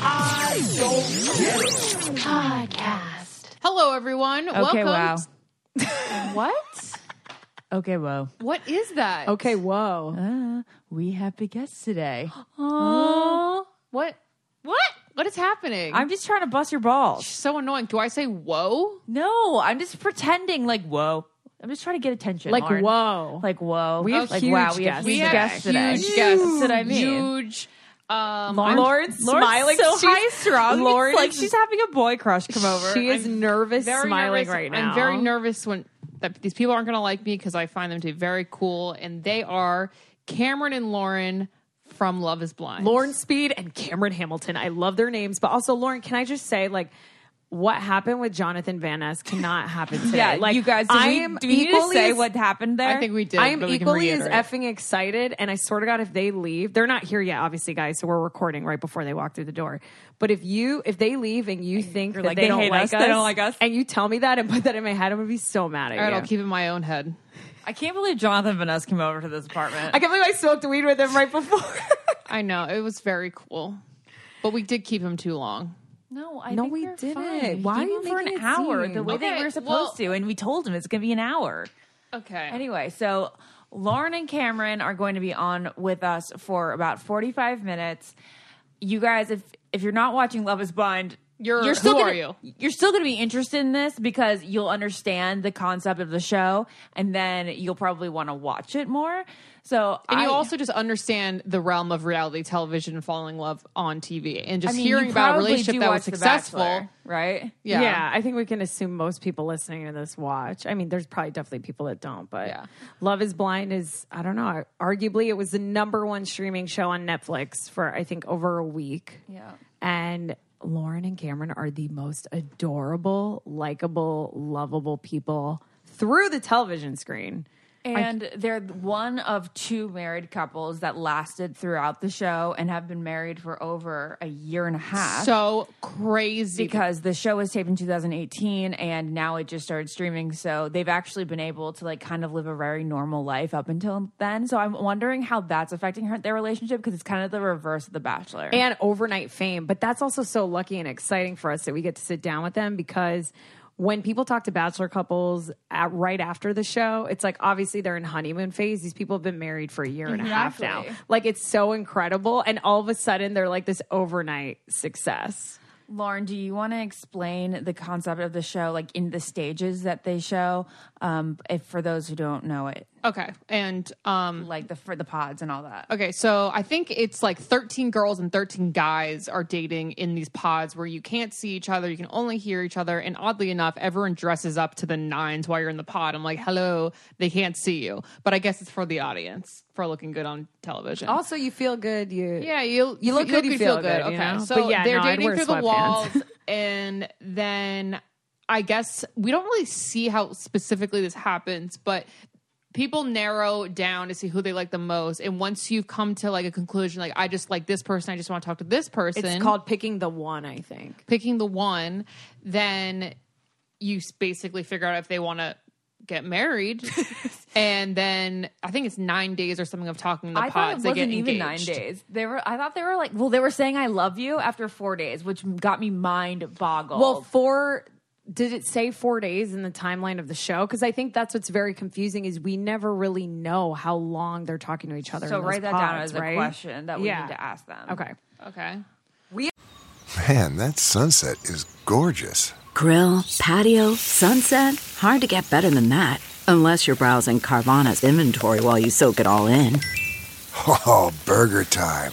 I don't get it. Podcast. Hello, everyone. Okay, Welcome. wow. what? Okay, whoa. What is that? Okay, whoa. Uh, we have big guests today. Oh, what? What? What is happening? I'm just trying to bust your balls. so annoying. Do I say whoa? No, I'm just pretending like whoa. I'm just trying to get attention. Like, Lauren. whoa. Like whoa. We have like huge wow. We have guests. huge We have guests today. Huge That's guests. what I mean. Huge. Um, Lauren- I'm- Lauren's smiling. so She's- high strung. Lauren Lauren, like is- she's having a boy crush come over. She is I'm nervous, very smiling nervous. right now. I'm very nervous when that these people aren't going to like me because I find them to be very cool, and they are Cameron and Lauren from Love Is Blind. Lauren Speed and Cameron Hamilton. I love their names, but also Lauren. Can I just say, like, what happened with Jonathan Van Ness cannot happen today. Yeah, like you guys. Did I we, am do we need to equally say as- what happened there? I think we did. I am but we can equally as reiterate. effing excited, and I swear to God, if they leave, they're not here yet, obviously, guys. So we're recording right before they walk through the door. But if you, if they leave, and you think that like, they, they don't hate like us, they don't like us. and you tell me that and put that in my head, I'm gonna be so mad at All right, you. I'll keep it in my own head. I can't believe Jonathan Vanessa came over to this apartment. I can't believe I smoked weed with him right before. I know it was very cool, but we did keep him too long. No, I No, think we they're didn't. fine. We Why are gave you them for an making it hour seem- the way that Okay, we were supposed well- to? And we told him it's going to be an hour. Okay. Anyway, so Lauren and Cameron are going to be on with us for about forty-five minutes. You guys, if if you're not watching Love Is Blind. You're- still who gonna, are you? are still going to be interested in this because you'll understand the concept of the show, and then you'll probably want to watch it more. So, And I, you also just understand the realm of reality television and falling in love on TV and I just mean, you hearing about a probably relationship do that was watch The successful. Bachelor, right? Yeah. I think we can assume most people listening to this watch. I mean, there's probably definitely people that don't, but Yeah. Love is Blind is, I don't know, arguably it was the number one streaming show on Netflix for, I think, over a week. Yeah. And Lauren and Cameron are the most adorable, likable, lovable people through the television screen. And they're one of two married couples that lasted throughout the show and have been married for over a year and a half. So crazy. because the show was taped in 2018 and now it just started streaming, so they've actually been able to like kind of live a very normal life up until then. So I'm wondering how that's affecting her, their relationship because it's kind of the reverse of The Bachelor. and overnight fame. But that's also so lucky and exciting for us that we get to sit down with them because when people talk to bachelor couples at, right after the show, it's like obviously they're in honeymoon phase. These people have been married for a year and a half now. Exactly. Like it's so incredible. And all of a sudden they're like this overnight success. Lauren, do you want to explain the concept of the show, like in the stages that they show, um, if for those who don't know it, okay. And um like the for the pods and all that? Okay, so I think it's like 13 girls and 13 guys are dating in these pods where you can't see each other, you can only hear each other, and oddly enough, everyone dresses up to the nines while you're in the pod. I'm like, hello, they can't see you, but I guess it's for the audience for looking good on television. Also, you feel good. You yeah, you you look good, you feel good, you okay, know? so But yeah, they're no, I'd dating wear through the sweatpants. walls, and then I guess we don't really see how specifically this happens, but people narrow down to see who they like the most and once you've come to like a conclusion like i just like this person i just want to talk to this person It's called picking the one, I think. picking the one then you s- basically figure out if they want to get married and then i think it's nine days or something of talking in the I thought it pods wasn't they get even engaged. nine days. They were. I thought they were like. Well, they were saying "I love you" after four days, which got me mind boggled. Well, for did it say four days in the timeline of the show? Because I think that's what's very confusing is we never really know how long they're talking to each other. So in those write that down pods, as a right? question that we Yeah. need to ask them. Okay. Okay. Man, that sunset is gorgeous. Grill, patio, sunset. Hard to get better than that. Unless you're browsing Carvana's inventory while you soak it all in. Oh, burger time.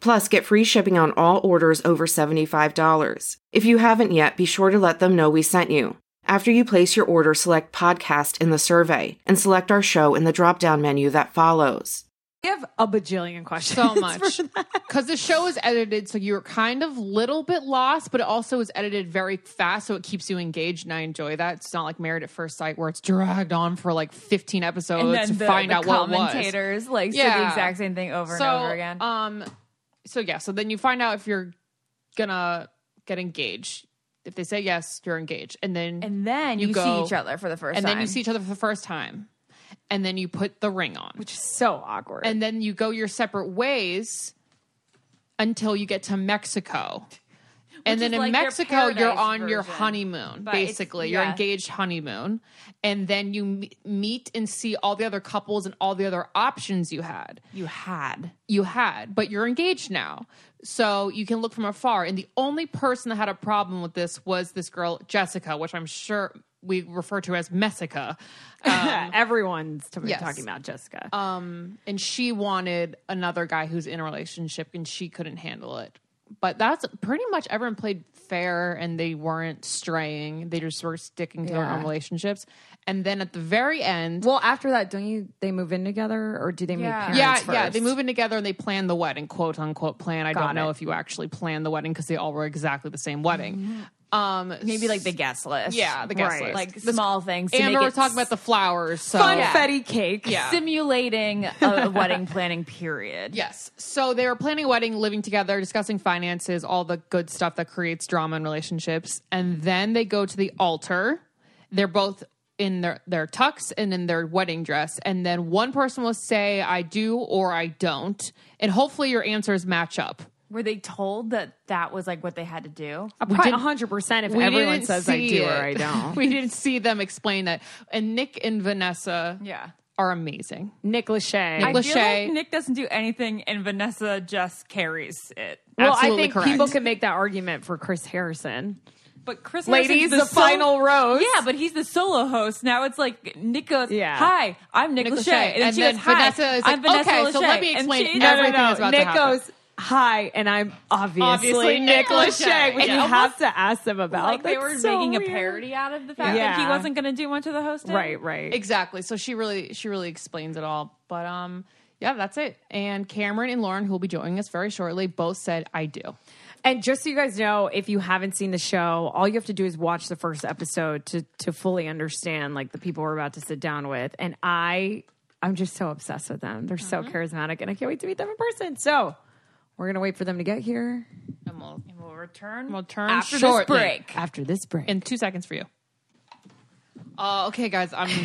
Plus, get free shipping on all orders over $75. If you haven't yet, be sure to let them know we sent you. After you place your order, select podcast in the survey and select our show in the drop down menu that follows. We have a bajillion questions. So much. Because the show is edited, so you're kind of little bit lost, but it also is edited very fast, so it keeps you engaged, and I enjoy that. It's not like Married at First Sight, where it's dragged on for like 15 episodes and then to the, find the out what it was. commentators like say the Yeah. exact same thing over so, and over again. Um, so yeah, so then you find out if you're gonna get engaged. If they say yes, you're engaged, and then and then you, you see go- each other for the first and time. then you see each other for the first time, and then you put the ring on, Which is so awkward. and then you go your separate ways until you get to Mexico. and Which then is in like their Mexico, you're paradise on your version. honeymoon, But it's- basically. yeah. Your engaged honeymoon. And then you m- meet and see all the other couples and all the other options you had. you had. You had, but you're engaged now. So you can look from afar. And the only person that had a problem with this was this girl, Jessica, which I'm sure we refer to as Messica. Everyone's t- yes. talking about Jessica. and she wanted another guy who's in a relationship and she couldn't handle it but that's pretty much everyone played fair and they weren't straying they just were sticking to their own relationships and then at the very end well, after that, don't you? They move in together, or do they meet Yeah. parents yeah first? yeah they move in together and they plan the wedding quote unquote plan i don't know if you actually plan the wedding because they all were exactly the same wedding um Maybe like the guest list. yeah the guest list Right. Like The- small things. To amber make we're it talking about the flowers so Confetti cake. yeah simulating a wedding planning period. Yes. So they were planning a wedding, living together, discussing finances, all the good stuff that creates drama in relationships. And then they go to the altar. They're both in their, their tux and in their wedding dress. And then one person will say, I do or I don't. And hopefully your answers match up. Were they told that that was like what they had to do? We did 100 percent if We everyone didn't says I see do or it. I don't. we didn't see them explain that. And Nick and Vanessa Yeah. are amazing. Nick Lachey. Nick I feel like Lachey. Nick doesn't do anything and Vanessa just carries it. well, Absolutely I think correct. people can make that argument for Chris Harrison. But Chris Ladies, Harrison's the final rose. Yeah, but he's the solo host. Now it's like Nick goes, Yeah. Hi, I'm Nick, Nick Lachey. Lachey. And, And she then goes, Hi, Vanessa is I'm like, Vanessa "Okay, Lachey. so let me And explain she- everything is about to Nick happen. goes, "Hi," and I'm obviously, Obviously Nick Nick Lachey. Lachey. And Yeah. you have to ask them about. Oh, like they That's were so making a weird. parody out of the fact that Yeah. he wasn't going to do much of the hosting. Right, right. Exactly. So she really she really explains it all. But um Yeah, that's it. And Cameron and Lauren, who will be joining us very shortly, both said, I do. And just so you guys know, if you haven't seen the show, all you have to do is watch the first episode to to fully understand like the people we're about to sit down with. And I I'm just so obsessed with them. They're so charismatic and I can't wait to meet them in person. So we're gonna wait for them to get here. And we'll, and we'll return. We'll turn after shortly. this break. After this break. In two seconds for you. Uh, okay, guys, I'm.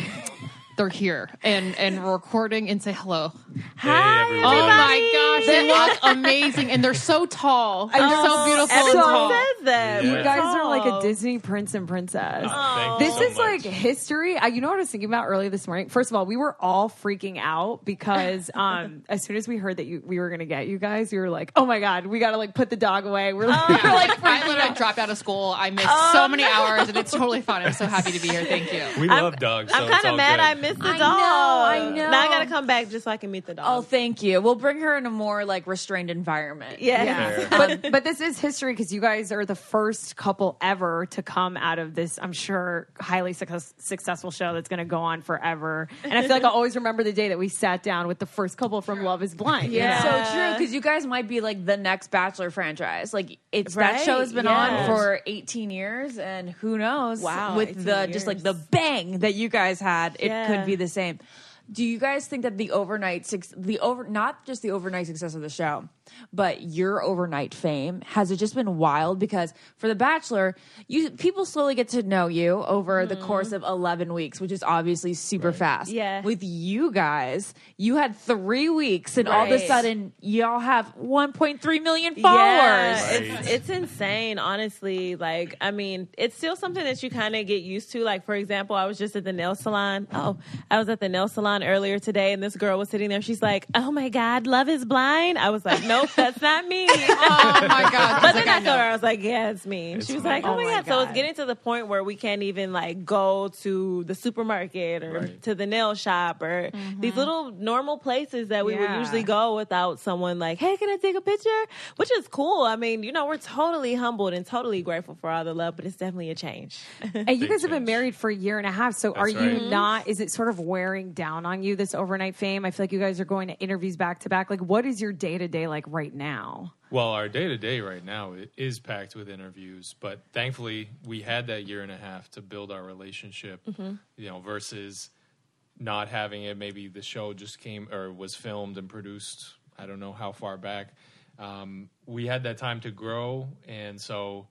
they're here and and we're recording and say hello. Hi, everyone. Oh my gosh, they look amazing and they're so tall. They're so beautiful and everyone tall. said that. Yeah. You guys are like a Disney prince and princess. Oh, thank you This so is like much. history. I, you know what I was thinking about early this morning? First of all, we were all freaking out because um, as soon as we heard that you, we were going to get you guys, we were like, oh my God, we got to like put the dog away. We're like, Oh. They're like I literally dropped out of school. I missed so many hours and it's totally fine. I'm so happy to be here. Thank you. We love dogs. I'm so it's kind of all mad good. I missed the I dog. know, I know. Now I gotta come back just so I can meet Oh, the dog. thank you. We'll bring her in a more like restrained environment. yeah. Yeah. But, but this is history because you guys are the first couple ever to come out of this, I'm sure, highly success, successful show that's going to go on forever. And I feel like I'll always remember the day that we sat down with the first couple from Love is Blind. you It's know? so true because you guys might be like the next Bachelor franchise. Like it's that Right, show has been yes. on for 18 years, and who knows? Wow, with 18 the just like the years. bang that you guys had, it Yeah. could be the same. Do you guys think that the overnight six, the over, not just the overnight success of the show, but your overnight fame has it just been wild? Because for The Bachelor, you people slowly get to know you over Mm-hmm. the course of 11 weeks, which is obviously super fast. Yeah. With you guys, you had three weeks, and all of a Right. sudden, y'all have 1.3 million followers. Yeah, Right. it's, it's insane, honestly. Like, I mean, it's still something that you kind of get used to. Like, for example, I was just at the nail salon. Oh, I was at the nail salon earlier today, and this girl was sitting there. She's like, "Oh my God, love is blind." I was like, "Nope, that's not me." Oh my god. But She's then like, I told her, I was like, yeah, it's me. And she was like, oh, my God. So it's getting to the point where we can't even like go to the supermarket or to the nail shop or these little normal places that we would Yeah. usually go without someone like, hey, can I take a picture? Which is cool. I mean, you know, we're totally humbled and totally grateful for all the love, but it's definitely a change. And you Big guys have been change. married for a year and a half. So are you right. Mm-hmm. not? Is it sort of wearing down on you this overnight fame? I feel like you guys are going to interviews back to back. Like, what is your day to day like right now? Well, our day to day right now i- is packed with interviews, but thankfully we had that year and a half to build our relationship. You know, versus not having it. Maybe the show just came or was filmed and produced. I don't know how far back. Um, we had that time to grow, and so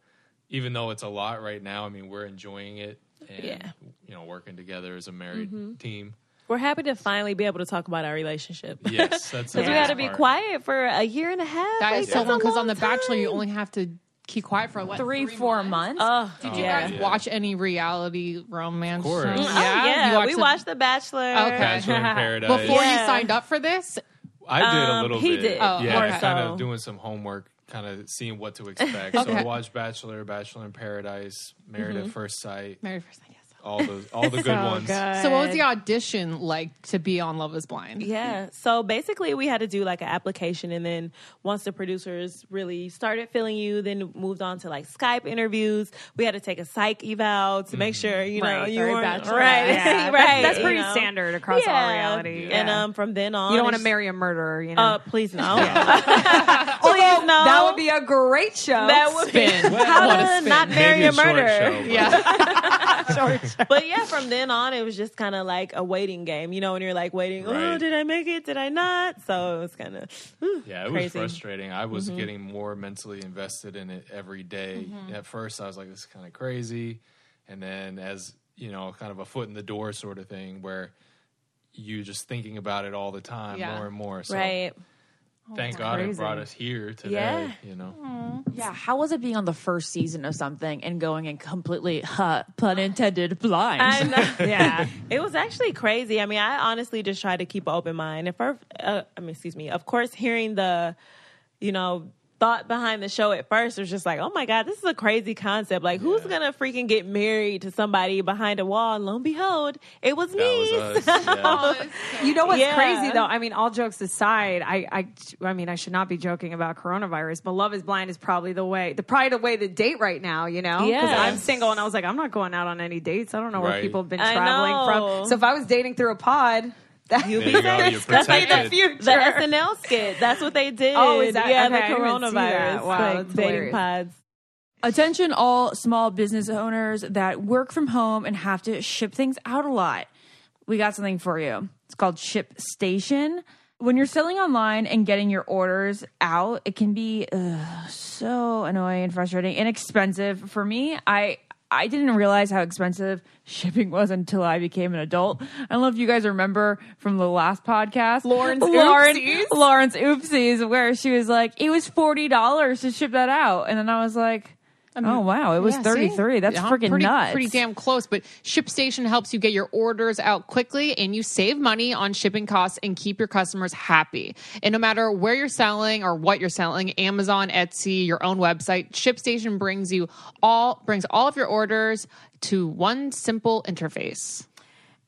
even though it's a lot right now, I mean, we're enjoying it. And, Yeah. Mm-hmm. You know, working together as a married team. We're happy to finally be able to talk about our relationship. Yes, that's the Because we nice had to be part. quiet for a year and a half. That Like, is that's so a because long on The Bachelor, you time. only have to keep quiet for what? Three, four months. Oh, Did you yeah. guys Yeah. watch any reality romance? Of course. shows? Mm, Oh, yeah, yeah. You we the- watched The Bachelor. Okay. Bachelor in Paradise. before Yeah. you signed up for this. I did a Um, little he bit. did. Oh, yeah, more kind so. of doing some homework, kind of seeing what to expect. So I Okay. watched Bachelor, Bachelor in Paradise, Married Mm-hmm. at First Sight, Married First Sight, yes. all those, all the good ones. So, what was the audition like to be on Love Is Blind? Yeah. So basically, we had to do like an application, and then once the producers really started feeling you, then moved on to like Skype interviews. We had to take a psych eval to Mm-hmm. make sure you know Right, you very were right, bachelor. right. Yeah. That's- that's pretty standard across all Yeah. reality. And Yeah. um, from then on, You don't want to it's- marry a murderer, you know? Uh, please no. please no. That would be a great show. That would be Spin. how What a to spin. not marry Maybe a short murderer. show, but Yeah. but yeah, from then on, it was just kind of like a waiting game, you know, and you're like waiting, oh, Right. did I make it? Did I not? So it was kind of, Yeah, it Crazy. was Mm-hmm. frustrating. I was getting more mentally invested in it every day. At first, I was like, "This is kind of crazy," and then as you know, kind of a foot in the door sort of thing, where you just thinking about it all the time, Yeah. more and more. So right. thank God it brought us here today. Yeah. You know. Yeah, how was it being on the first season of something and going and completely, huh, pun intended, blind? I know. yeah. It was actually crazy. I mean, I honestly just tried to keep an open mind. If I, uh, I mean, excuse me, of course, hearing the, you know, thought behind the show at first was just like, oh my God, this is a crazy concept. Like, who's going to freaking get married to somebody behind a wall? And lo and behold, it was That me. was us. Yeah. You know what's Yeah. crazy though? I mean, all jokes aside, I, I, I mean, I should not be joking about coronavirus, but Love Is Blind is probably the way, the probably the way to date right now. You know, because Yes. I'm single and I was like, I'm not going out on any dates. I don't know where Right. people have been I traveling know. from. So if I was dating through a pod, You'll There you go, you're protected. The SNL skit. That's what they did. Oh, is that- okay, yeah, I the didn't even see that. Wow, coronavirus. like, that's dating hilarious. pods. Attention, all small business owners that work from home and have to ship things out a lot. We got something for you. It's called Ship Station. When you're selling online and getting your orders out, it can be ugh, so annoying and frustrating and expensive. For me, I I didn't realize how expensive shipping was until I became an adult. I don't know if you guys remember from the last podcast, Lauren's Lauren, oopsies? Lauren's oopsies, where she was like, it was forty dollars to ship that out, and then I was like, oh wow, it was Yeah, see? thirty three. That's Yeah, freaking pretty, nuts. Pretty damn close. But ShipStation helps you get your orders out quickly and you save money on shipping costs and keep your customers happy. And no matter where you're selling or what you're selling, Amazon, Etsy, your own website, ShipStation brings you all brings all of your orders to one simple interface.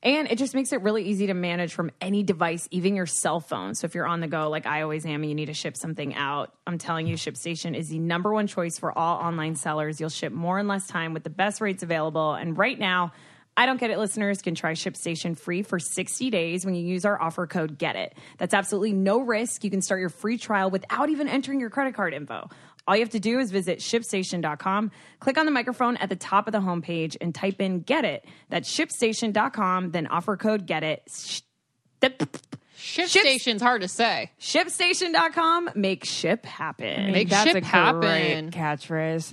And it just makes it really easy to manage from any device, even your cell phone. So if you're on the go, like I always am, and you need to ship something out, I'm telling you, ShipStation is the number one choice for all online sellers. You'll ship more in less time with the best rates available. And right now, I don't get it listeners can try ShipStation free for 60 days when you use our offer code GET IT. That's absolutely no risk. You can start your free trial without even entering your credit card info. All you have to do is visit shipstation.com, click on the microphone at the top of the homepage, and type in get it. That's shipstation.com, then offer code get it. Sh- ShipStation's hard to say. Shipstation.com, make ship happen. Make That's ship a happen. great catchphrase.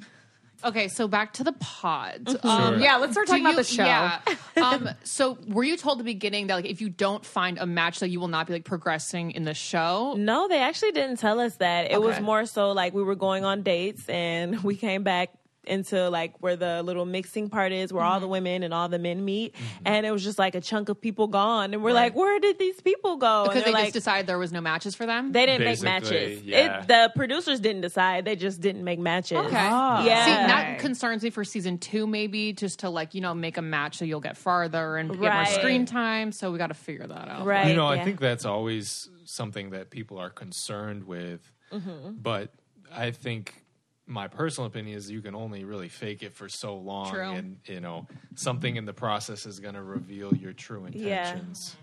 Okay, so back to the pods. Um, Sure. Yeah, let's start do talking about the show. Yeah. Um, so were you told at the beginning that like if you don't find a match, that you will not be like progressing in the show? No, they actually didn't tell us that. It was Okay. more so like we were going on dates and we came back into like where the little mixing part is where all the women and all the men meet and it was just like a chunk of people gone and we're like where did these people go Because and they they're just like decided there was no matches for them. they didn't make Basically, matches yeah. it, the producers didn't decide they just didn't make matches Okay. yeah See, that concerns me for season two, maybe just to like you know make a match so you'll get farther and get more Right. screen time. So we got to figure that out. right you know, yeah. I think that's always something that people are concerned with. Mm-hmm. But I think my personal opinion is you can only really fake it for so long, True. and you know something in the process is going to reveal your true Yeah. intentions.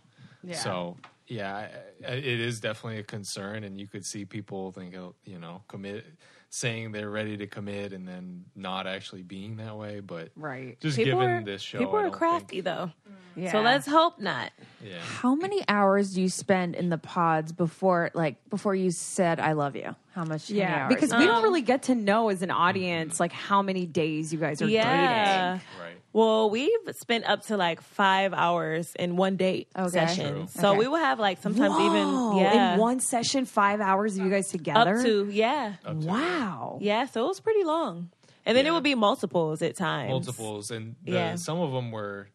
So yeah, I- I- it is definitely a concern, and you could see people think oh, you know commit saying they're ready to commit and then not actually being that way. But Right. just people given are, this show, people I are don't crafty though so Yeah. let's hope not Think, yeah. How many hours do you spend in the pods before, like, before you said "I love you"? How much? how many Yeah, hours? because we Um, don't really get to know as an audience like how many days you guys are yeah dating. Right. Well, we've spent up to like five hours in one date Okay. True. session. So Okay. we will have like sometimes Whoa, even yeah, in one session, five hours of you guys up together. to yeah, wow. yeah. So it was pretty long, and then it would be multiples at times. multiples and the, Yeah. some of them were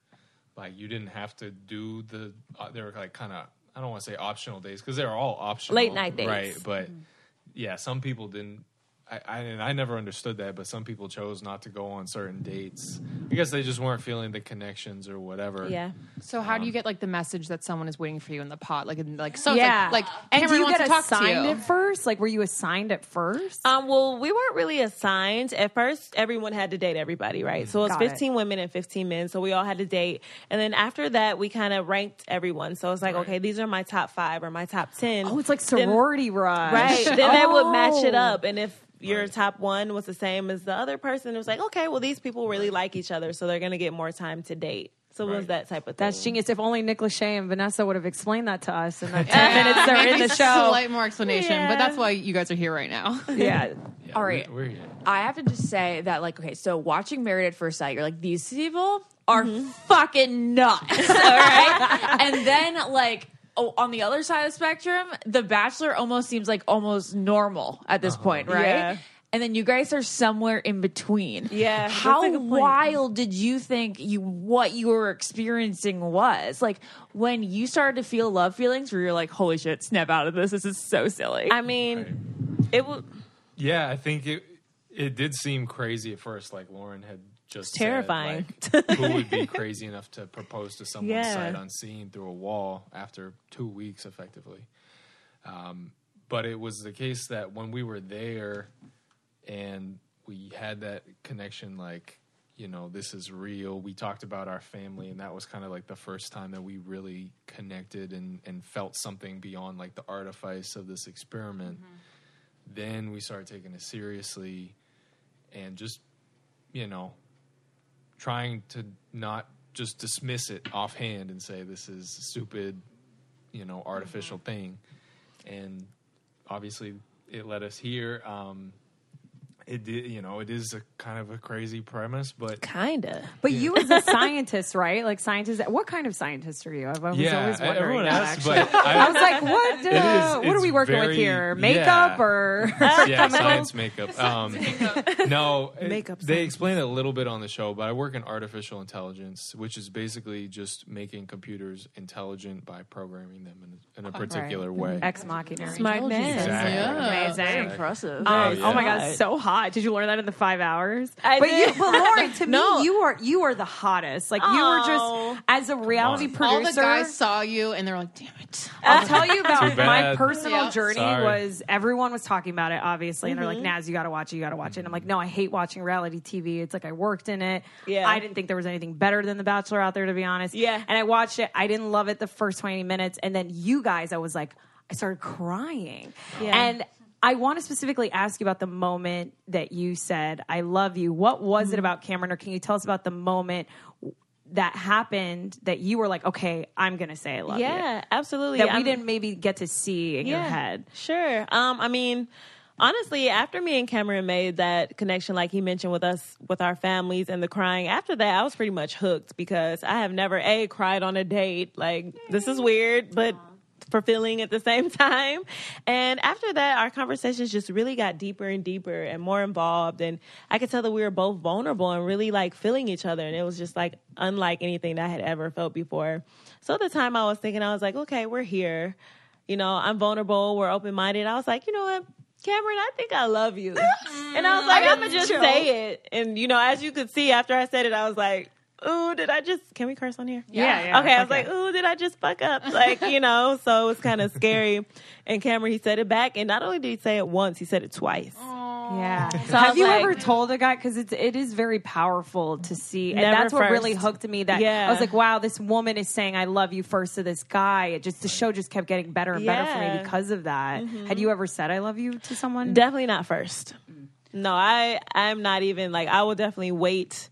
like you didn't have to do the uh, they were like kind of i don't want to say optional days because they're all optional Late night dates. right but yeah some people didn't I, I and i never understood that but some people chose not to go on certain dates i guess they just weren't feeling the connections or whatever Yeah. So how do you get like the message that someone is waiting for you in the pod? Like in, like so yeah. it's like, like and do Cameron you wants get to talk to assigned you. at first? Like, were you assigned at first? Um, well, we weren't really assigned. At first, everyone had to date everybody, right? So it was Got it. 15 women and 15 men. So we all had to date. And then after that, we kind of ranked everyone. So it's like, okay, these are my top five or my top 10. oh, it's like Then- sorority rush. Right. Then they would match it Oh. up. And if your top one was the same as the other person, it was like, okay, well, these people really like each other, so they're going to get more time to date. So it was that type of thing. That's genius. If only Nick Lachey and Vanessa would have explained that to us in that 10 minutes they're in the show. Slight more explanation, but that's why you guys are here right now. Yeah. Yeah, All we're- right. we're here. I have to just say that, like, okay, so watching Married at First Sight, you're like, these people are Mm-hmm. fucking nuts, all right? and then, like, oh, on the other side of the spectrum, The Bachelor almost seems like almost normal at this point, right? Yeah. And then you guys are somewhere in between. Yeah, that's How a good point. wild did you think you what you were experiencing was? Like when you started to feel love feelings where you're like, holy shit, snap out of this. This is so silly. I mean, it would. yeah i think it it did seem crazy at first like lauren had just said, terrifying. like, who would be crazy enough to propose to someone Yeah. sight unseen through a wall after two weeks effectively um, but it was the case that when we were there and we had that connection like you know, this is real. We talked about our family, and that was kind of like the first time that we really connected and, and felt something beyond like the artifice of this experiment. Then we started taking it seriously and just, you know, trying to not just dismiss it offhand and say this is stupid, you Mm-hmm. know, artificial thing. And obviously, it led us here. Um, it did, you know, it is a kind of a crazy premise, but kinda. But you as a scientist, right? Like scientist. What kind of scientist are you? I've always, Yeah, always e- wondered. everyone that, asks, actually. but I- I, was like, what? uh, It is- what are it's we working very- with here? yeah. Makeup or yeah, science makeup. Um, no, it- Makeup They explain it a little bit on the show, but I work in artificial intelligence, which is basically just making computers intelligent by programming them in, a- in a particular way. Mm-hmm. Ex machina. Smart man. Exactly. Yeah. Exactly. Amazing. Impressive. Um, Yeah, Oh my yeah. god, so hot! Did you learn that in the five hours? I but did. you, but Lauren, to No. me, you are you are the hottest. Like you were Oh. just as a reality Come producer. All the guys saw you and they're like, damn it. I'll tell you about bad. my personal Yeah. journey Sorry. was everyone was talking about it, obviously, and they're Mm-hmm. like, Naz, you gotta watch it, you gotta watch it. And I'm Mm-hmm. like, no, I hate watching reality TV. It's like I worked in it. Yeah. I didn't think there was anything better than The Bachelor out there, to be honest. Yeah. And I watched it. I didn't love it the first 20 minutes. And then you guys, I was like, I started crying. And I want to specifically ask you about the moment that you said, I love you. What was Mm-hmm. it about Cameron? Or can you tell us about the moment that happened that you were like, okay, I'm going to say I love you? yeah, absolutely. that we I'm- didn't maybe get to see in your head. Sure. Um, I mean, honestly, after me and Cameron made that connection, like he mentioned with us, with our families and the crying, after that, I was pretty much hooked because I have never, A, cried on a date. Like, this is weird, but. Fulfilling at the same time. And after that, our conversations just really got deeper and deeper and more involved. And I could tell that we were both vulnerable and really like feeling each other. And it was just like unlike anything that I had ever felt before. So at the time, I was thinking, I was like, okay, we're here you know, I'm vulnerable, we're open minded. I was like, you know what, Cameron, I think I love you. and I was like, I'm gonna just say it. And you know, as you could see after I said it, I was like, ooh, did I just can we curse on here? Yeah, okay, I was like, ooh, did I just fuck up? Like, you know, so it was kind of scary. and Cameron, he said it back, and not only did he say it once, he said it twice. Yeah. I Have was you like- ever told a guy? Because it's it is very powerful to see, and Never that's what first. really hooked me. That Yeah. I was like, wow, this woman is saying I love you first to this guy. It just the show just kept getting better and better for me Yeah. Mm-hmm. because of that. Had you ever said I love you to someone? Definitely not first. No, I I'm not even like I will definitely wait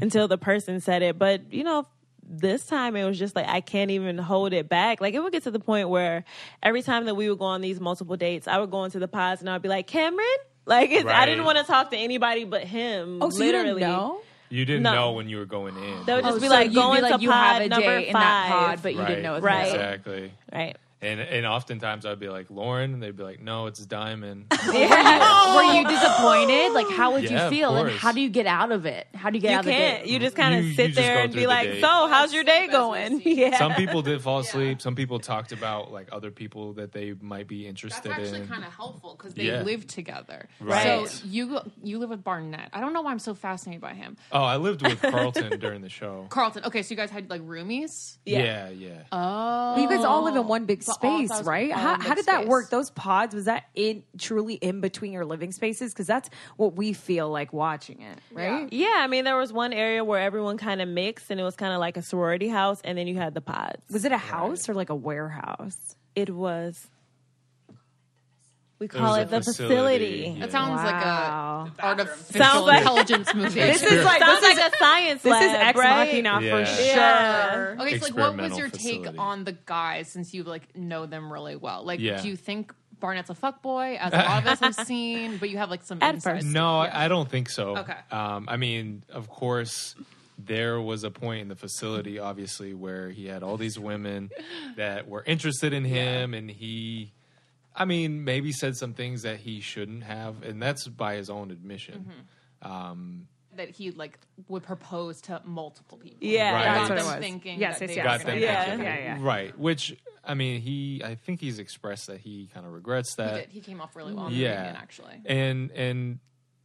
until the person said it. But you know, this time it was just like I can't even hold it back. Like it would get to the point where every time that we would go on these multiple dates, I would go into the pods and I'd be like, Cameron. Like it's, I didn't Right. want to talk to anybody but him. Oh, so you didn't literally. know? You didn't No. know when you were going in. That would just Oh, be so like you'd going like, to you pod have a number date in that five. pod, but you didn't know it was Right. Lizzo. Exactly. right. And and oftentimes I'd be like Lauren, and they'd be like, "No, it's Diamond." Were you disappointed? Like, how would Yeah, you of feel? And course. how do you get out of it? How do you get You out of it? can't. You just kind You- of you sit just go there and through be the like, day. "So, how's your day going?" Yeah. Some people did fall asleep. Some people talked about like other people that they might be interested That's actually in. kind of helpful because they Yeah. live together. Right. So you you live with Barnett. I don't know why I'm so fascinated by him. oh, I lived with Carlton during the show. Carlton. Okay, so you guys had like roomies. yeah, yeah. Oh, But you guys all live in one big But all- space, that was right? all How, in how big did that space. work? Those pods was that in truly in between your living spaces? Because that's what we feel like watching it, right? Yeah, I mean, there was one area where everyone kind of mixed, and it was kind of like a sorority house, and then you had the pods. Was it a house or like a warehouse? It was. We was call a it, the facility, facility. yeah. That sounds Wow. like a artificial Sounds like- intelligence movie. This is like Sounds this is like a science this is lab, ex right? machina Yeah. for sure. Yeah. Okay, so like, what was Experimental your facility. take on the guys since you like know them really well? Like, Yeah. do you think Barnett's a fuckboy, as a lot of us have seen, but you have like some At insight? first. No, I, I don't think so. Okay. Um, I mean, of course, there was a point in the facility, obviously, where he had all these women that were interested in him, and he, I mean, maybe said some things that he shouldn't have, and that's by his own admission. Mm-hmm. that he like would propose to multiple people. Yeah. Right. got That's what them it was. thinking. Yes, that yes, they yes. were Got gonna them have Yeah. thinking. Yeah, yeah. right? Which I mean, he, I think he's expressed that he kind of regrets that. He, did- he came off really well. Yeah. Yeah, actually. and and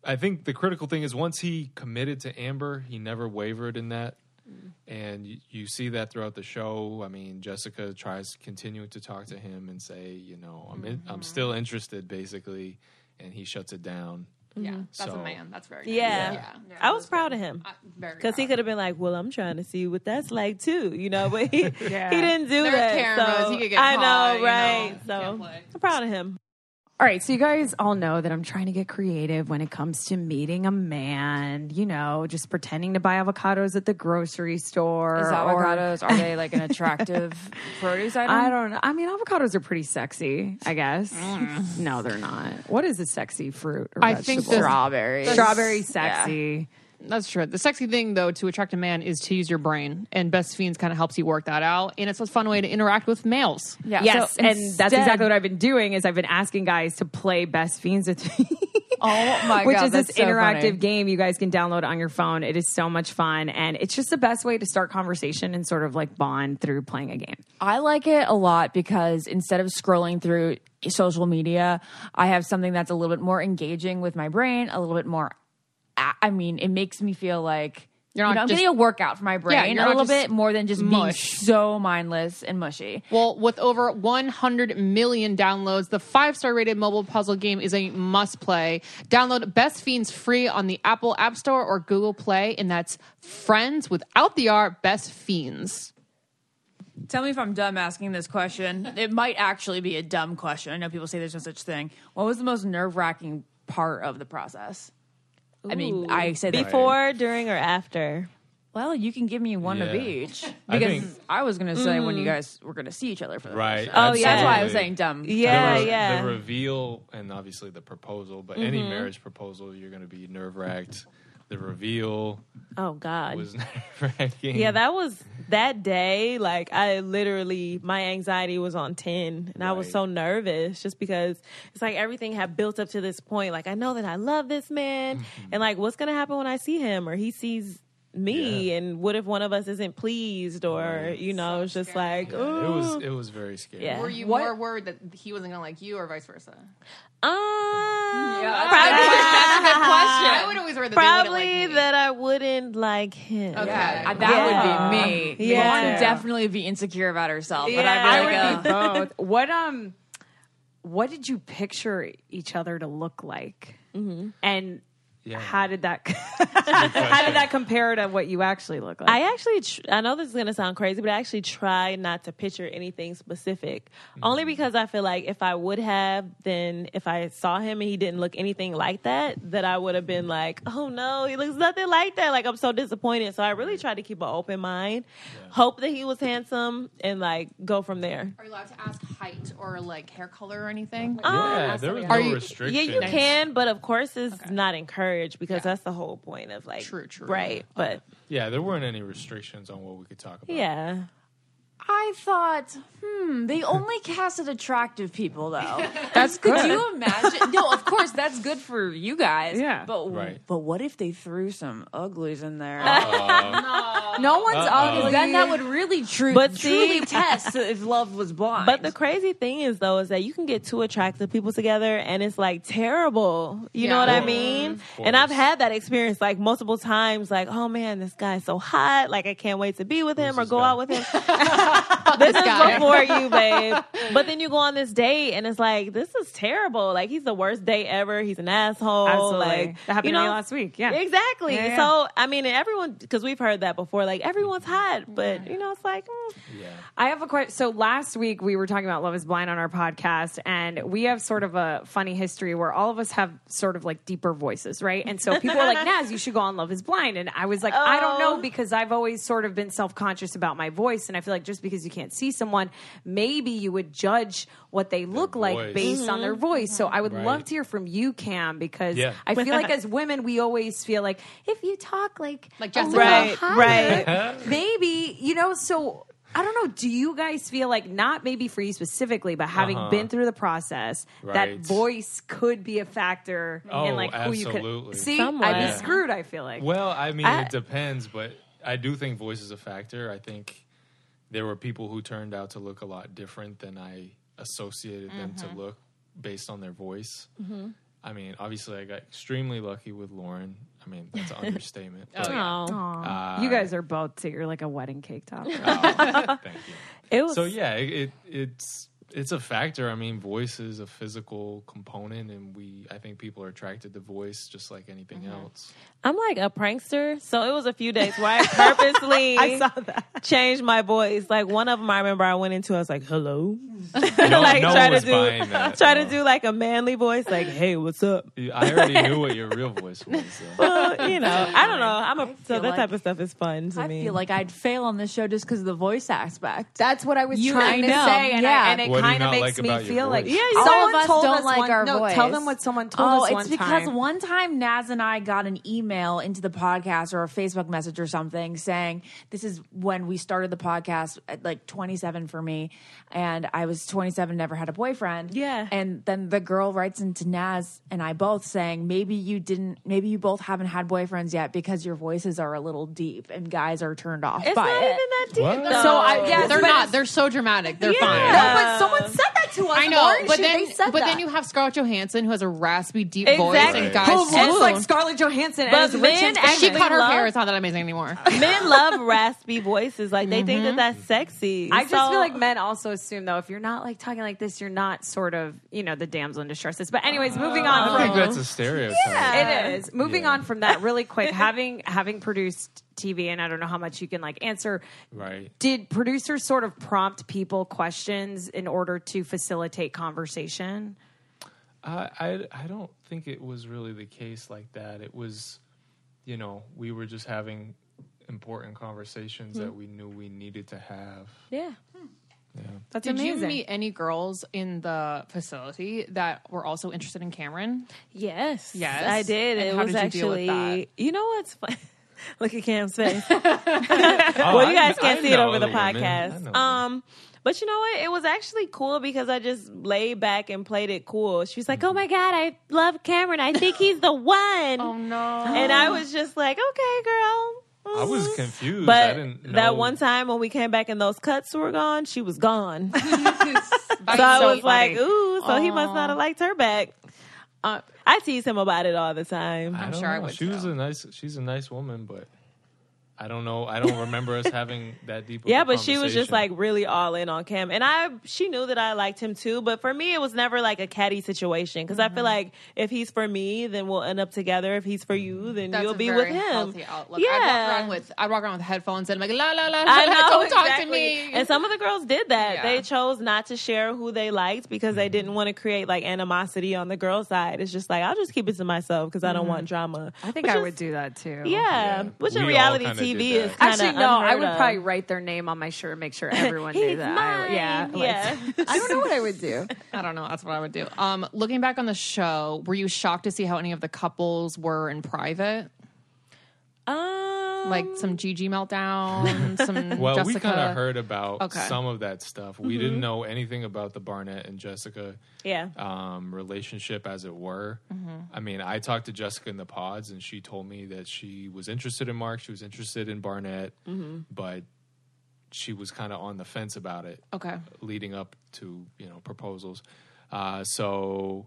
I think the critical thing is once he committed to Amber, he never wavered in that, Mm. and you, you see that throughout the show. I mean, Jessica tries continuing to talk Mm-hmm. to him and say, you know, I'm in, I'm still interested, basically, and he shuts it down. Yeah, Mhm. that's So- a man. That's very nice. Yeah. I was proud of him very because he could have been like, "Well, I'm trying to see what that's like too," you know. But he Yeah. he didn't There do were that. cameras, so he could get caught, I you know, know, right? can't so I'm proud of him. All right, so you guys all know that I'm trying to get creative when it comes to meeting a man, you know, just pretending to buy avocados at the grocery store. Is or- avocados are they like an attractive produce item? I don't know. I mean, avocados are pretty sexy, I guess. no, they're not. What is a sexy fruit? Or I think vegetable? the- Strawberry. the- Strawberry, yeah. sexy. That's true. The sexy thing, though, to attract a man is to use your brain, and Best Fiends kind of helps you work that out. And it's a fun way to interact with males. Yeah. Yes, and that's exactly what I've been doing is I've been asking guys to play best fiends with me. Oh my which God, is this that's so interactive funny. game you guys can download on your phone. It is so much fun, and it's just the best way to start conversation and sort of like bond through playing a game. I like it a lot because instead of scrolling through social media, I have something that's a little bit more engaging with my brain, a little bit more. I I mean, it makes me feel like You're you not know, I'm just- getting a workout for my brain you're a not little just bit more than just mush. being so mindless and mushy. Well, with over 100 million downloads, the five star rated mobile puzzle game is a must play. Download Best Fiends free on the Apple App Store or Google Play, and that's Friends without the R, Best Fiends. Tell me if I'm dumb asking this question. It might actually be a dumb question. I know people say there's no such thing. What was the most nerve wracking part of the process? I mean, I say that before, during, or after. Well, you can give me one of Yeah. each I because I, Mm. think- was going to say when you Mhm. guys were going to see each other for the Right. First time. Oh, that's why I was absolutely. saying dumb. Uh, The re- The reveal and obviously the proposal, but any Mm-hmm. Mhm. marriage proposal, you're going to be nerve wracked. The reveal Oh God. was nerve wracking. Yeah, that was that day. Like, I literally, my anxiety was on 10, and I was so nervous just because it's like everything had built up to this point. Like, I know that I love this man, and like, what's going to happen when I see him or he sees me? And what if one of us isn't pleased, or, you know, it's just like, it was ooh. it was very scary. Yeah. Were you What- more worried that he wasn't going to like you or vice versa? Um, probably- probably- that's a good question. I would always worry that they wouldn't Probably that I wouldn't like him. Okay. Yeah, Uh, that would be me. Yeah. Lauren would definitely be insecure about herself. But I'd be like, I would be uh, both. What um, what did you picture each other to look like, Mm-hmm. and how did that how did that compare to what you actually look like? I actually, tr- I know this is going to sound crazy, but I actually try not to picture anything specific. Only because I feel like if I would have, then if I saw him and he didn't look anything like that, that I would have been like, oh no, he looks nothing like that. Like, I'm so disappointed. So I really try to keep an open mind, hope that he was handsome, and like go from there. Are you allowed to ask height or like hair color or anything? Oh, Yeah, there was no restriction. Yeah, you can, but of course it's not encouraged because that's the whole point of like, true, true. Right. But Yeah, there weren't any restrictions on what we could talk about. yeah. I thought, hmm, they only casted attractive people though. That's Could good. you imagine? No, of course that's good for you guys. Yeah, but Right. but what if they threw some uglies in there? no one's Uh-oh. ugly. Then that would really true, But truly see- test if love was blind. But the crazy thing is, though, is that you can get two attractive people together and it's like terrible. You know Yeah. what I Mhm. mean? Of And I've course. had that experience like multiple times. Like, oh man, this guy's so hot. Like, I can't wait to be with him or this go guy? out with him. this is before you, babe. But then you go on this date and it's like, this is terrible. Like, he's the worst date ever. He's an asshole. Absolutely. Like, That happened you to know, me last week. Yeah. Exactly. Yeah, yeah. So, I mean, and everyone, because we've heard that before, like, everyone's hot, but, you know, it's like, mm. I have a question. So last week we were talking about Love is Blind on our podcast, and we have sort of a funny history where all of us have sort of like deeper voices, right? And so people are like, Naz, you should go on Love is Blind. And I was like, I don't know because I've always sort of been self conscious about my voice. And I feel like just because you can't see someone, maybe you would judge what they look like voice. based on their voice. So I would Right. love to hear from you, Cam, because Yeah. I feel like as women, we always feel like if you talk like, Like a Jessica. little Right, higher, right. maybe you know so i don't know do you guys feel like not maybe for you specifically but having been through the process that Uh-huh. Right. voice could be a factor Oh, in like who you absolutely. could see Somewhat. i'd be Yeah. screwed i feel like Well, I mean, I- it depends, but I do think voice is a factor. I think there were people who turned out to look a lot different than I associated them Mm-hmm. to look based on their voice. I mean, obviously, I got extremely lucky with Lauren. I mean, that's an understatement. Oh, But, you guys are both too you're like a wedding cake top oh, thank you. It was So yeah, it, it it's it's a factor. I mean, voice is a physical component, and we I think people are attracted to voice just like anything Mm-hmm. else. I'm like a prankster, so it was a few days where I purposely I saw that. changed my voice. Like one of them, I remember I went into, I was like, "Hello," like no one try to was do buying that, try to do like a manly voice, like, "Hey, what's up?" I already knew what your real voice was. So. Well, you know, I don't know. I'm a so feel that like- type of stuff is fun to I me. feel like I'd fail on this show just because of the voice aspect. That's what I was You- trying I to know. say, and, Yeah. I, and it What do you kind of not makes like me about your feel like voice? Yeah, Some someone of us told don't us like one- our no, voice. Tell them what someone told oh, us one it's because time. one time Naz and I got an email into the podcast or a Facebook message or something saying this is when we started the podcast at like 27 for me, and I was 27, never had a boyfriend. Yeah. and then the girl writes into Naz and I both saying maybe you didn't, maybe you both haven't had boyfriends yet because your voices are a little deep and guys are turned off it's by not it. even that deep. What? though. So I, Yes, they're but not. They're so dramatic. They're fine. No, but someone said that to us. I know, Lauren. but She- then they said but that. then you have Scarlett Johansson who has a raspy, deep Exactly. voice, and Right. guys, Who swoon. It's like Scarlett Johansson, But and it's rich men and she actually cut her hair. love- It's not that amazing anymore. men love raspy voices. Like they think that that's sexy. I just So- feel like men also assume though if you're not like talking like this, you're not sort of you know the damsel in distresses. But anyways, moving on. I from- think that's a stereotype. it is moving on from that really quick. having having produced TV, and I don't know how much you can like answer. Right. Did producers sort of prompt people questions in order to facilitate conversation? I, I I don't think it was really the case like that. It was, you know, we were just having important conversations Hmm. that we knew we needed to have. Yeah, that's Did amazing. you meet any girls in the facility that were also interested in Cameron? Yes. Yes. I did. And it how was did you actually, deal with you know what's fun? Look at Cam's face. Oh, well, I you guys kn- can't I see it know over the women. I know podcast. women. Um, but you know what? It was actually cool because I just laid back and played it cool. She was like, "Oh my god, I love Cameron. I think he's the one." oh no! And I was just like, "Okay, girl." I was Mhm." confused. But I didn't know. that one time when we came back and those cuts were gone, she was gone. so That's I so was like, funny. "Ooh," so he must not have liked her back. Uh, I tease him about it all the time. I I'm don't sure I know. would She was too. a nice. She's a nice woman, but I don't know. I don't remember us having that deep. of Yeah, a but she was just conversation. like really all in on Cam, and I she knew that I liked him too. But for me, it was never like a catty situation because Mm-hmm. I feel like if he's for me, then we'll end up together. If he's for Mm-hmm. you, then That's you'll a be very with him. healthy outlook. I'd Yeah. walk around with I'd walk around with headphones and I'm like la la la la. I know, don't talk to exactly. me. And some of the girls did that. Yeah. They chose not to share who they liked because they Mm-hmm. didn't want to create like animosity on the girl side. It's just like I'll just keep it to myself because I don't want drama. I think I would do that too. Yeah, Mm-hmm. Yeah. which in We all reality kinda did TV that. is kind of Actually, no. I would probably write their name on my shirt and make sure everyone knew He's that. mine. I, yeah, like- yeah. I don't know what I would do. I don't know. That's what I would do. Um, looking back on the show, were you shocked to see how any of the couples were in private? um, Like some Gigi meltdown, some Well, Jessica. we kind of heard about Okay. Mm-hmm. some of that stuff. We didn't know anything about the Barnett and Jessica yeah. um, relationship, as it were. Mm-hmm. I mean, I talked to Jessica in the pods, and she told me that she was interested in Mark. She was interested in Barnett, Mm-hmm. but she was kind of on the fence about it Okay. leading up to you know proposals. Uh, so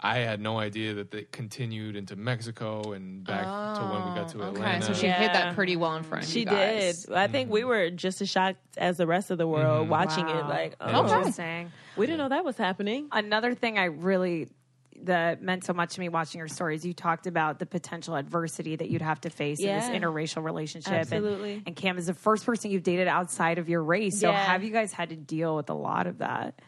I had no idea that it continued into Mexico and back to when we got to Atlanta. Oh, Okay, so she hid that pretty well in front of She you guys. did. I think we were just as shocked as the rest of the world watching it. Like, oh, Interesting. we didn't know that was happening. Another thing I really that meant so much to me watching your stories, you talked about the potential adversity that you'd have to face Yeah. in this interracial relationship. And- Absolutely. And, Cam is the first person you've dated outside of your race. So Yeah. have you guys had to deal with a lot of that?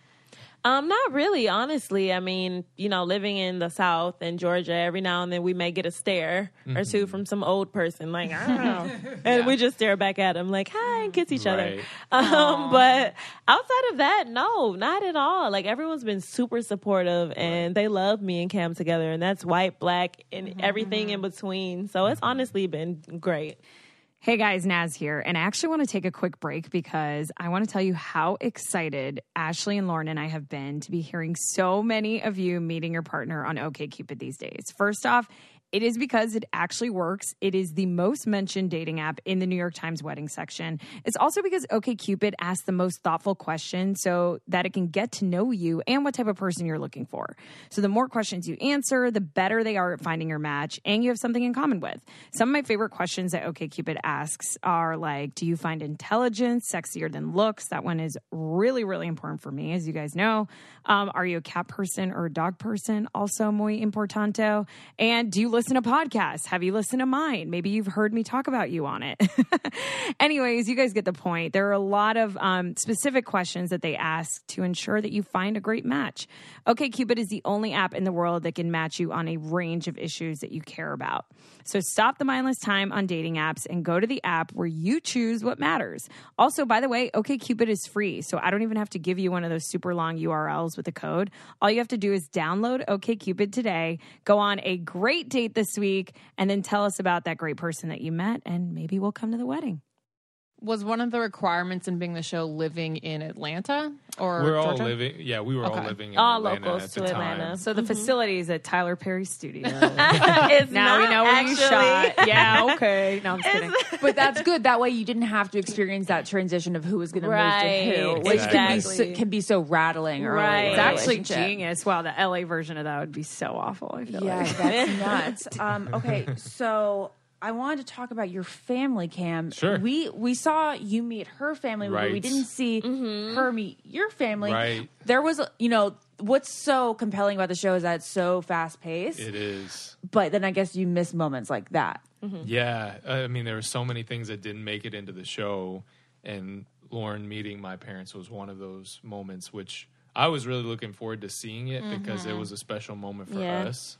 Um, not really, honestly. I mean, you know, living in the South and Georgia, every now and then we may get a stare or two Mm-hmm. from some old person, like, I don't know. and we just stare back at them, like, hi, and kiss each Right. other. Um, but outside of that, no, not at all. Like, everyone's been super supportive and they love me and Cam together, and that's white, black, and everything in between. So Mm-hmm. it's honestly been great. Hey guys, Naz here, and I actually want to take a quick break because I want to tell you how excited Ashley and Lauren and I have been to be hearing so many of you meeting your partner on OKCupid these days. First off, It is because it actually works. It is the most mentioned dating app in the New York Times wedding section. It's also because OKCupid asks the most thoughtful questions so that it can get to know you and what type of person you're looking for. So the more questions you answer, the better they are at finding your match and you have something in common with. Some of my favorite questions that OKCupid asks are like, do you find intelligence sexier than looks? That one is really, really important for me, as you guys know. Um, are you a cat person or a dog person? Also, muy importante. And do you listen to podcasts? Have you listened to mine? Maybe you've heard me talk about you on it. Anyways, you guys get the point. There are a lot of um, specific questions that they ask to ensure that you find a great match. OkCupid is the only app in the world that can match you on a range of issues that you care about. So stop the mindless time on dating apps and go to the app where you choose what matters. Also, by the way, OkCupid is free, so I don't even have to give you one of those super long URLs with a code. All you have to do is download OkCupid today, go on a great date this week, and then tell us about that great person that you met, and maybe we'll come to the wedding. Was one of the requirements in being the show living in Atlanta or we're all Georgia? living. Yeah, we were all Okay. living in All Atlanta locals at to the Atlanta. time. So the facility is at Tyler Perry Studio. It's now we not know where you actually. shot. Yeah, okay. No, I'm just kidding. but that's good. That way, you didn't have to experience that transition of who was going to move to Right. who, which can, be Exactly. so, can be so rattling. Early Right. in It's a actually relationship. genius. Wow, the LA version of that would be so awful. I feel Yeah, like. that's nuts. Um, okay, so I wanted to talk about your family, Cam. Sure. We we saw you meet her family, but we Right. didn't see Mm-hmm. her meet your family. Right. There was, you know, what's so compelling about the show is that it's so fast paced. It is. But then I guess you miss moments like that. Mm-hmm. Yeah, I mean, there were so many things that didn't make it into the show, and Lauren meeting my parents was one of those moments, which I was really looking forward to seeing it because it Mm-hmm. Mhm. was a special moment for Yeah. us.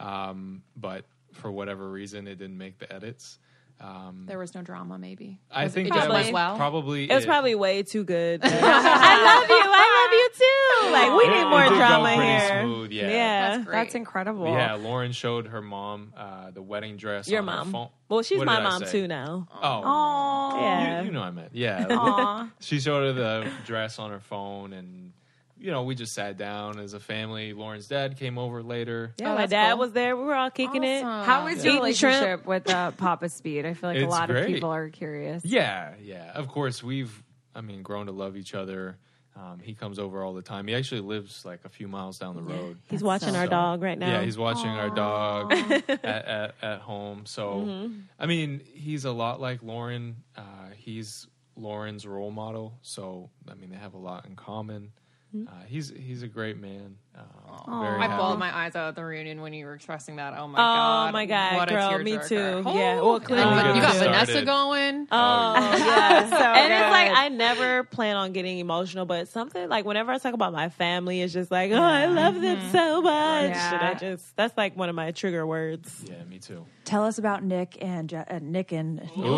Um, but for whatever reason, it didn't make the edits. Um, There was no drama, maybe. I Was it- think it just that went was well. probably It was it. probably way too good. I love you. I love you too. Like we It- need it more did go drama pretty here. smooth, yeah. yeah, That's great. That's incredible. Yeah, Lauren showed her mom uh, the wedding dress. Your on her mom. phone- Well, she's What my did I mom say? too now. Oh, Aw. Yeah. You, you know what I meant. Yeah, Aw. she showed her the dress on her phone, and you know we just sat down as a family. Lauren's dad came over later. Yeah, my dad was there. We were all kicking it. How is your Eating shrimp. relationship with uh, Papa Speed? I feel like a It's lot of great. people are curious. Yeah, yeah. Of course, we've I mean grown to love each other. Um, he comes over all the time. He actually lives like a few miles down the road. He's watching our dog right now. Yeah, he's watching our dog at, at, at home. So, Mhm. I mean, he's a lot like Lauren. Uh, he's Lauren's role model. So, I mean, they have a lot in common. Mm-hmm. Uh, he's he's a great man. Um, very I happy. bawled my eyes out at the reunion when you were expressing that. Oh my Oh god! my God, What girl, a me tearjerker. too. Oh, Yeah, well, and clearly you got you Vanessa started. going. Oh, yeah. and it's like I never plan on getting emotional, but something like whenever I talk about my family, it's just like, oh, I love them so much. Yeah. And I just that's like one of my trigger words. Yeah, me too. Tell us about Nick and Je- uh, Nick and Oh,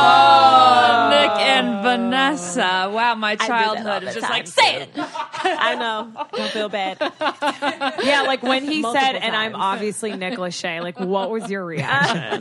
Nick and Vanessa. Wow, my do that all childhood the is just time. like say it. I know. Don't feel bad. Yeah, like when he Multiple said, and I'm times. obviously Nick Lachey, like what was your reaction?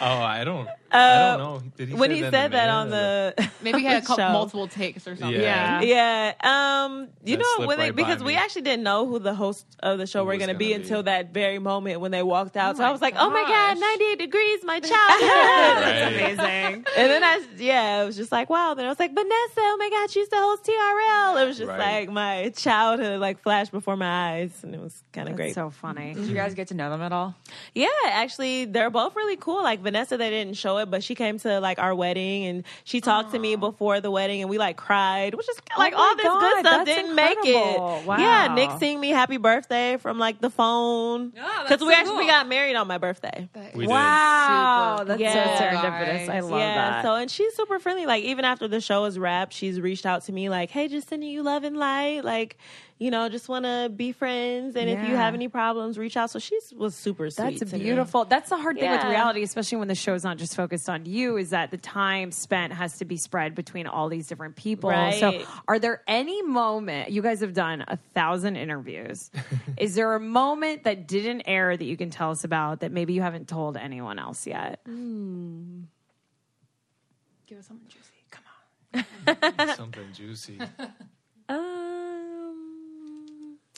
Oh, I don't. I Uh, don't know. Did he when say he that said to that Amanda? on the Maybe he had a couple show. multiple takes or something. Yeah. Yeah. Um, you That know, slipped when they, right by because we me. actually didn't know who the host of the show were was going to gonna be, be. until that very moment when they walked out. so I was like, oh my God, 98 degrees, my childhood. Right. Amazing. and then I, yeah, I was just like, wow. Then I was like, Vanessa, oh my God, she used to host TRL. It was just Right. like my childhood, like flashed before my eyes. And it was kind of great. So funny. Did you guys get to know them at all? Yeah, actually, they're both really cool. Like Vanessa, they didn't show it, but she came to like our wedding and she talked to me before the wedding, and we like cried, which is like Oh my all this God, good stuff that's didn't incredible. make it. Wow. Yeah, Nick sing me happy birthday from like the phone that's because we so actually cool. got married on my birthday. We Wow, Super Oh, that's Yeah. so serendipitous. I love yeah, that. so and she's super friendly. Like even after the show is wrapped, she's reached out to me like, "Hey, just sending you love and light. Like, you know, just want to be friends, and if you Yeah. have any problems, reach out." So she was super sweet. That's to me. beautiful. That's the hard thing with Yeah. reality, especially when the show's not just focused on you, is that the time spent has to be spread between all these different people. So, Right. are there any moment you guys have done a thousand interviews? is there a moment that didn't air that you can tell us about that maybe you haven't told anyone else yet? Give us something juicy. Come on. Something juicy. Um,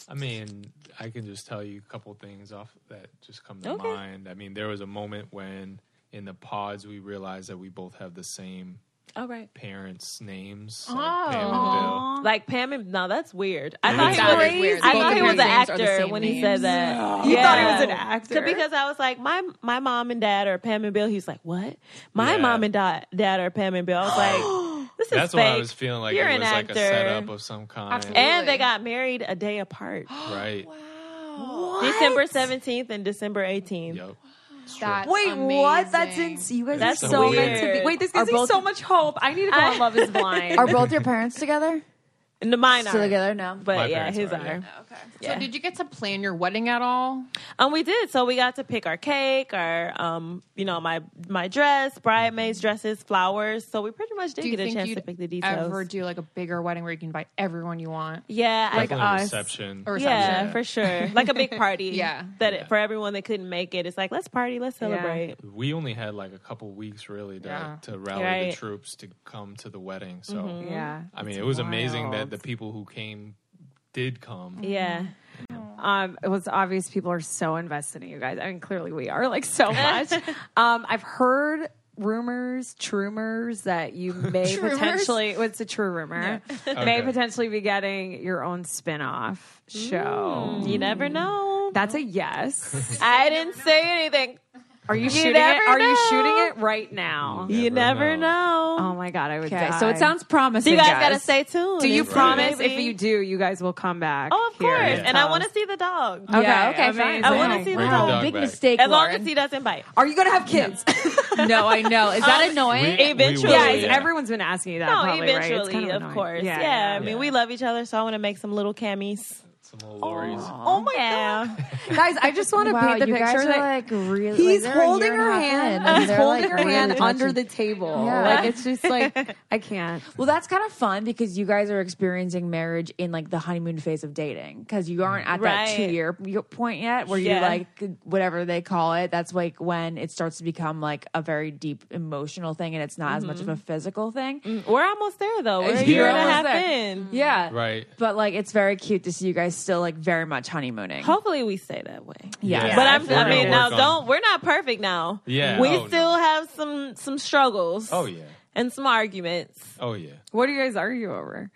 I mean, I can just tell you a couple things off that just come to Okay. mind. I mean, there was a moment when in the pods we realized that we both have the same All right. parents' names. like Pam and Bill. Like Pam and no, that's weird. I It thought is he was weird. Weird. I Both thought he of was an their names are the actor same when he names. said that. Oh. You thought he was an So actor. because I was like, my my mom and dad are Pam and Bill. He's like, what? My Yeah. mom and da- dad are Pam and Bill. I was like, this is That's fake. why I was feeling like You're it an was like a actor. setup of some kind. And they got married a day apart. right. December seventeenth and December eighteenth. That's Wait, what? That's insane. You guys That's are so so meant to weird. be. Wait, this Are gives me both- so much hope. I need to go I- on Love Is Blind. Are both your parents together? No, mine Still aren't. together? No. But yeah, his are. Okay. Yeah. So did you get to plan your wedding at all? Um, we did. So we got to pick our cake, our um, you know, my my dress, bridesmaids' dresses, flowers. So we pretty much did do you get a think chance you'd to pick the details. ever do like a bigger wedding where you can invite everyone you want? yeah, Like I, a us. reception. Or Yeah, reception. for sure. Like a big party. Yeah. That it, for everyone that couldn't make it, it's like let's party, let's celebrate. We only had like a couple weeks really to, Yeah. to rally the Right. troops to come to the wedding. So Mm-hmm. Mhm. Yeah. I mean, It's it was amazing wild. that the people who came did come. Yeah. Um, it was obvious people are so invested in you guys. I mean, clearly we are like so much. um, I've heard rumors, rumors that you may Trumors? potentially, what's a true rumor, Yeah. may Okay. potentially be getting your own spin off show. You never know. Mm. That's a yes. I didn't say anything. Are you, You shooting it? never Are you know. shooting it right now? You never know. Oh my god, I would. Okay, die. so it sounds promising, You guys, guys. gotta stay tuned. Do you It's promise? maybe. If you do, you guys will come back. Oh, of here course. And I tell want us. to see the dog. Okay, Yeah, okay, I, amazing. fine. want to see Bring the the dog. dog Big back. mistake, As long Lauren. as he doesn't bite. Are you gonna have kids? No, I know. Is that Um, annoying? we- Eventually. yeah, it's- yeah. everyone's been asking you that. no, probably, right? It's Oh, eventually, kind of, annoying. course. Yeah, I mean, we love each other, so I want to make some little camis. Some little lorries. Oh my yeah. guys, I just want to Wow, paint the you guys picture are, that like, really- he's like, they're a holding year and her a half in, hand. and he's they're, holding like, her really hand touchy. under the table. Yeah. Like it's just like I can't. Well, that's kind of fun because you guys are experiencing marriage in like the honeymoon phase of dating because you aren't at that Right. two year point yet where you're Yeah. like whatever they call it. That's like when it starts to become like a very deep emotional thing and it's not as much Mm-hmm. of a physical thing. We're almost there, though. We're a You're year and a almost half there. in. Yeah. Right. But like it's very cute to see you guys still like very much honeymooning. Hopefully, we stay that way. Yeah. But I'm, We're I gonna mean, now work on- don't. We're not perfect now. Yeah. we Oh, no. still have some some struggles. Oh, yeah. and some arguments. Oh yeah. What do you guys argue over?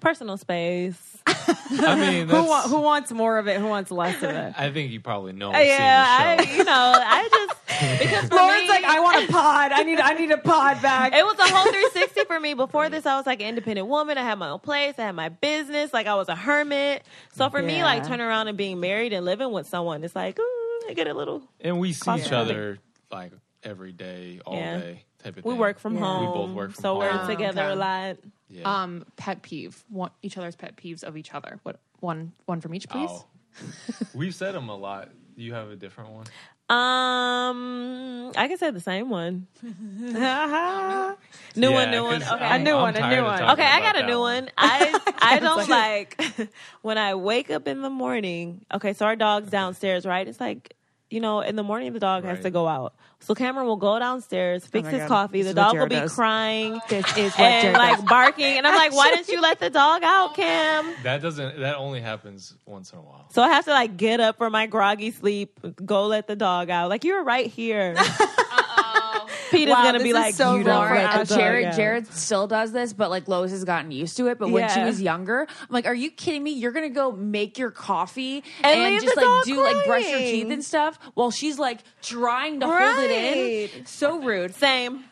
Personal space. I mean, Who, that's, wa- who wants more of it? Who wants less of it? I think you probably know. yeah, Yeah. I, you know, I just because for Lauren's me, like, I want a pod. I need, I need a pod back. It was a whole 360 for me. Before this, I was like an independent woman. I had my own place. I had my business. Like I was a hermit. So for me, Yeah. like turning around and being married and living with someone, it's like ooh, I get a little. and we see each Claustrophobic. other like every day, all Yeah. day type of We thing. work from home. We both work from so home. we're together a lot. Yeah. Um, pet peeve. One, each other's pet peeves of each other. What one? One from each, please. Oh. We've said them a lot. Do you have a different one? Um, I can say the same one. new one, new one. 'cause Okay, I'm- A new I'm one, a tired new of one. talking Okay, I about got a that new one. one. I I don't like when I wake up in the morning. Okay, so our dog's downstairs, right? It's like you know, in the morning the dog has Right. to go out. So Cameron will go downstairs, fix Oh my his God. coffee. This the is what dog will Jared be does. crying This is what and Jared like does. barking, and I'm like, why didn't you let the dog out, Cam? That doesn't. That only happens once in a while. So I have to like get up from my groggy sleep, go let the dog out. Like you were right here. Peter's Wow, gonna this be is like, so you don't wrong. let the Jared, dog Uh, Jared, out." still does this, but like Lois has gotten used to it. But when she Yeah. was younger, I'm like, "Are you kidding me? You're gonna go make your coffee And and, leave just the like dog do like brush your teeth crying." and stuff?" While she's like trying to hold it in. Right. So rude. Same.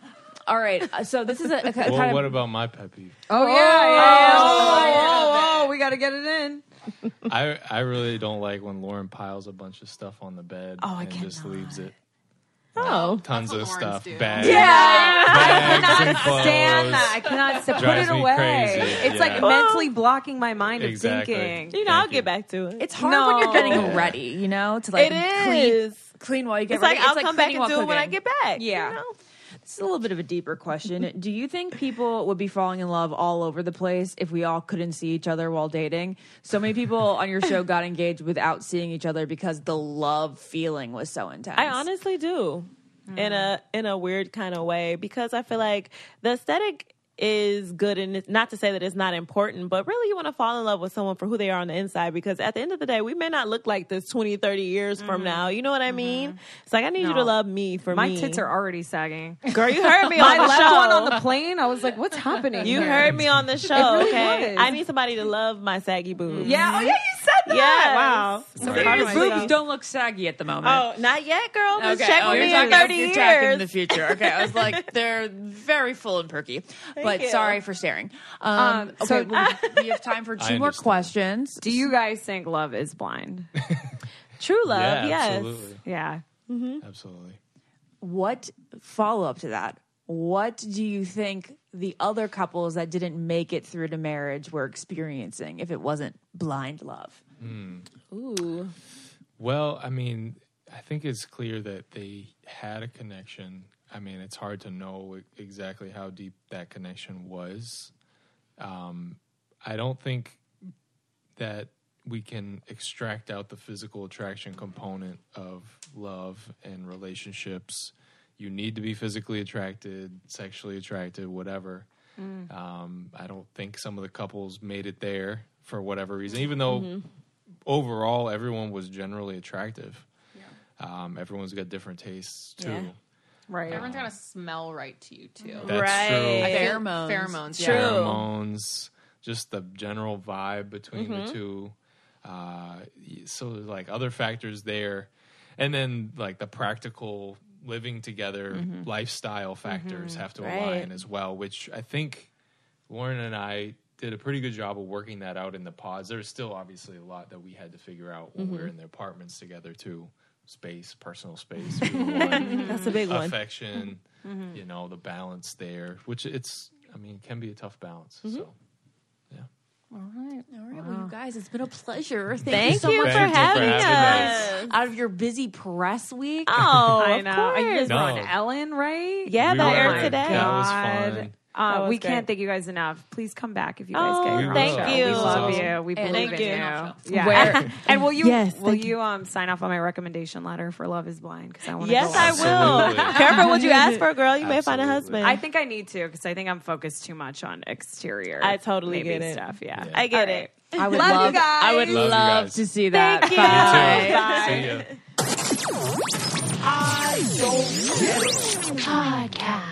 All right, uh, so this is a, a, a kind Well, of what about my pet peeve? Oh yeah, yeah, yeah. Oh, oh, oh, we gotta get it in. I I really don't like when Lauren piles a bunch of stuff on the bed Oh, and just leaves it. Oh. Tons of stuff. Bags. I Bags cannot and clothes. stand that. I cannot st- put Drives it me away. crazy. It's like Yeah. mentally blocking my mind of Exactly. thinking. You know, I'll get back to it. it's hard when you're getting No. ready, you know, to like it clean, is. clean while you get It's like ready. I'll come back cleaning and do while it when I cooking. get back. Yeah. You know? This is a little bit of a deeper question. Do you think people would be falling in love all over the place if we all couldn't see each other while dating? So many people on your show got engaged without seeing each other because the love feeling was so intense. I Mm. honestly do. In a in a weird kind of way because I feel like the aesthetic is good and it's not to say that it's not important but really you want to fall in love with someone for who they are on the inside because at the end of the day we may not look like this 20 30 years from now you know what i mean it's like i need you to Mm-hmm. No. love me for My me tits are already sagging. girl you heard me My on the left show one on the plane. I was like, "What's happening?" you here? heard me on the show really okay was. i need somebody to love my saggy boobs Yeah. Oh yeah, you said that. Yes. Wow. So Right. part of Your myself. boobs don't look saggy at the moment. Oh, not yet, girl. Just check oh, with you're me in talking- 30 you're talking in years. the future. Okay, I was like, they're very full and perky. but you. sorry for staring. Um, Um, okay, so- well, we have time for I two more understand. questions. Do you guys think love is blind? True love, yeah, yes. Mm-hmm. absolutely, Yeah. absolutely. What follow up to that? What do you think the other couples that didn't make it through to marriage were experiencing if it wasn't blind love? Well, I mean, I think it's clear that they had a connection. I mean, it's hard to know exactly how deep that connection was. Um, I don't think that we can extract out the physical attraction component of love and relationships. You need to be physically attracted, sexually attracted, whatever. Um, I don't think some of the couples made it there for whatever reason, even though overall everyone was generally attractive. Um, everyone's got different tastes too. Yeah. Right. Everyone's got to smell right to you, too. That's Right. true. I feel- Pheromones. Pheromones, yeah. True. Pheromones, just the general vibe between the two. Uh, y- so there's, like other factors there, and then like the practical living together lifestyle factors have to align Right. as well, which I think Lauren and I did a pretty good job of working that out in the pods. There's still obviously a lot that we had to figure out when we were in the apartments together too. Space, personal space. we were one That's a big one. Mm-hmm. affection, you know, the balance there, which it's, I mean, can be a tough balance. Mm-hmm. So, All right, well, you guys, it's been a pleasure. Thank, you Thank so you much much for for having us. having out of your busy press week. Oh, I of know. course. And you guys were on No. Ellen, right? Yeah, We that were. aired today. That was fun. God. That Uh, was we great. can't thank you guys enough. Please come back if you guys Oh, get your own thank show. you. We This is love awesome. you. We And believe thank in you. you. Yeah. Where- and will you Yes, will thank you um sign off on my recommendation letter for Love Is Blind because I want to Yes, I will. Absolutely. Careful what you ask for, girl. You may find a Absolutely. husband. I think I need to because I think I'm focused too much on exterior. I totally maybe get it. Stuff, yeah. Yeah. I get All it. I would Love you love, I would guys. Love love, you guys. to see that. Thank you. Bye. See ya. Podcast.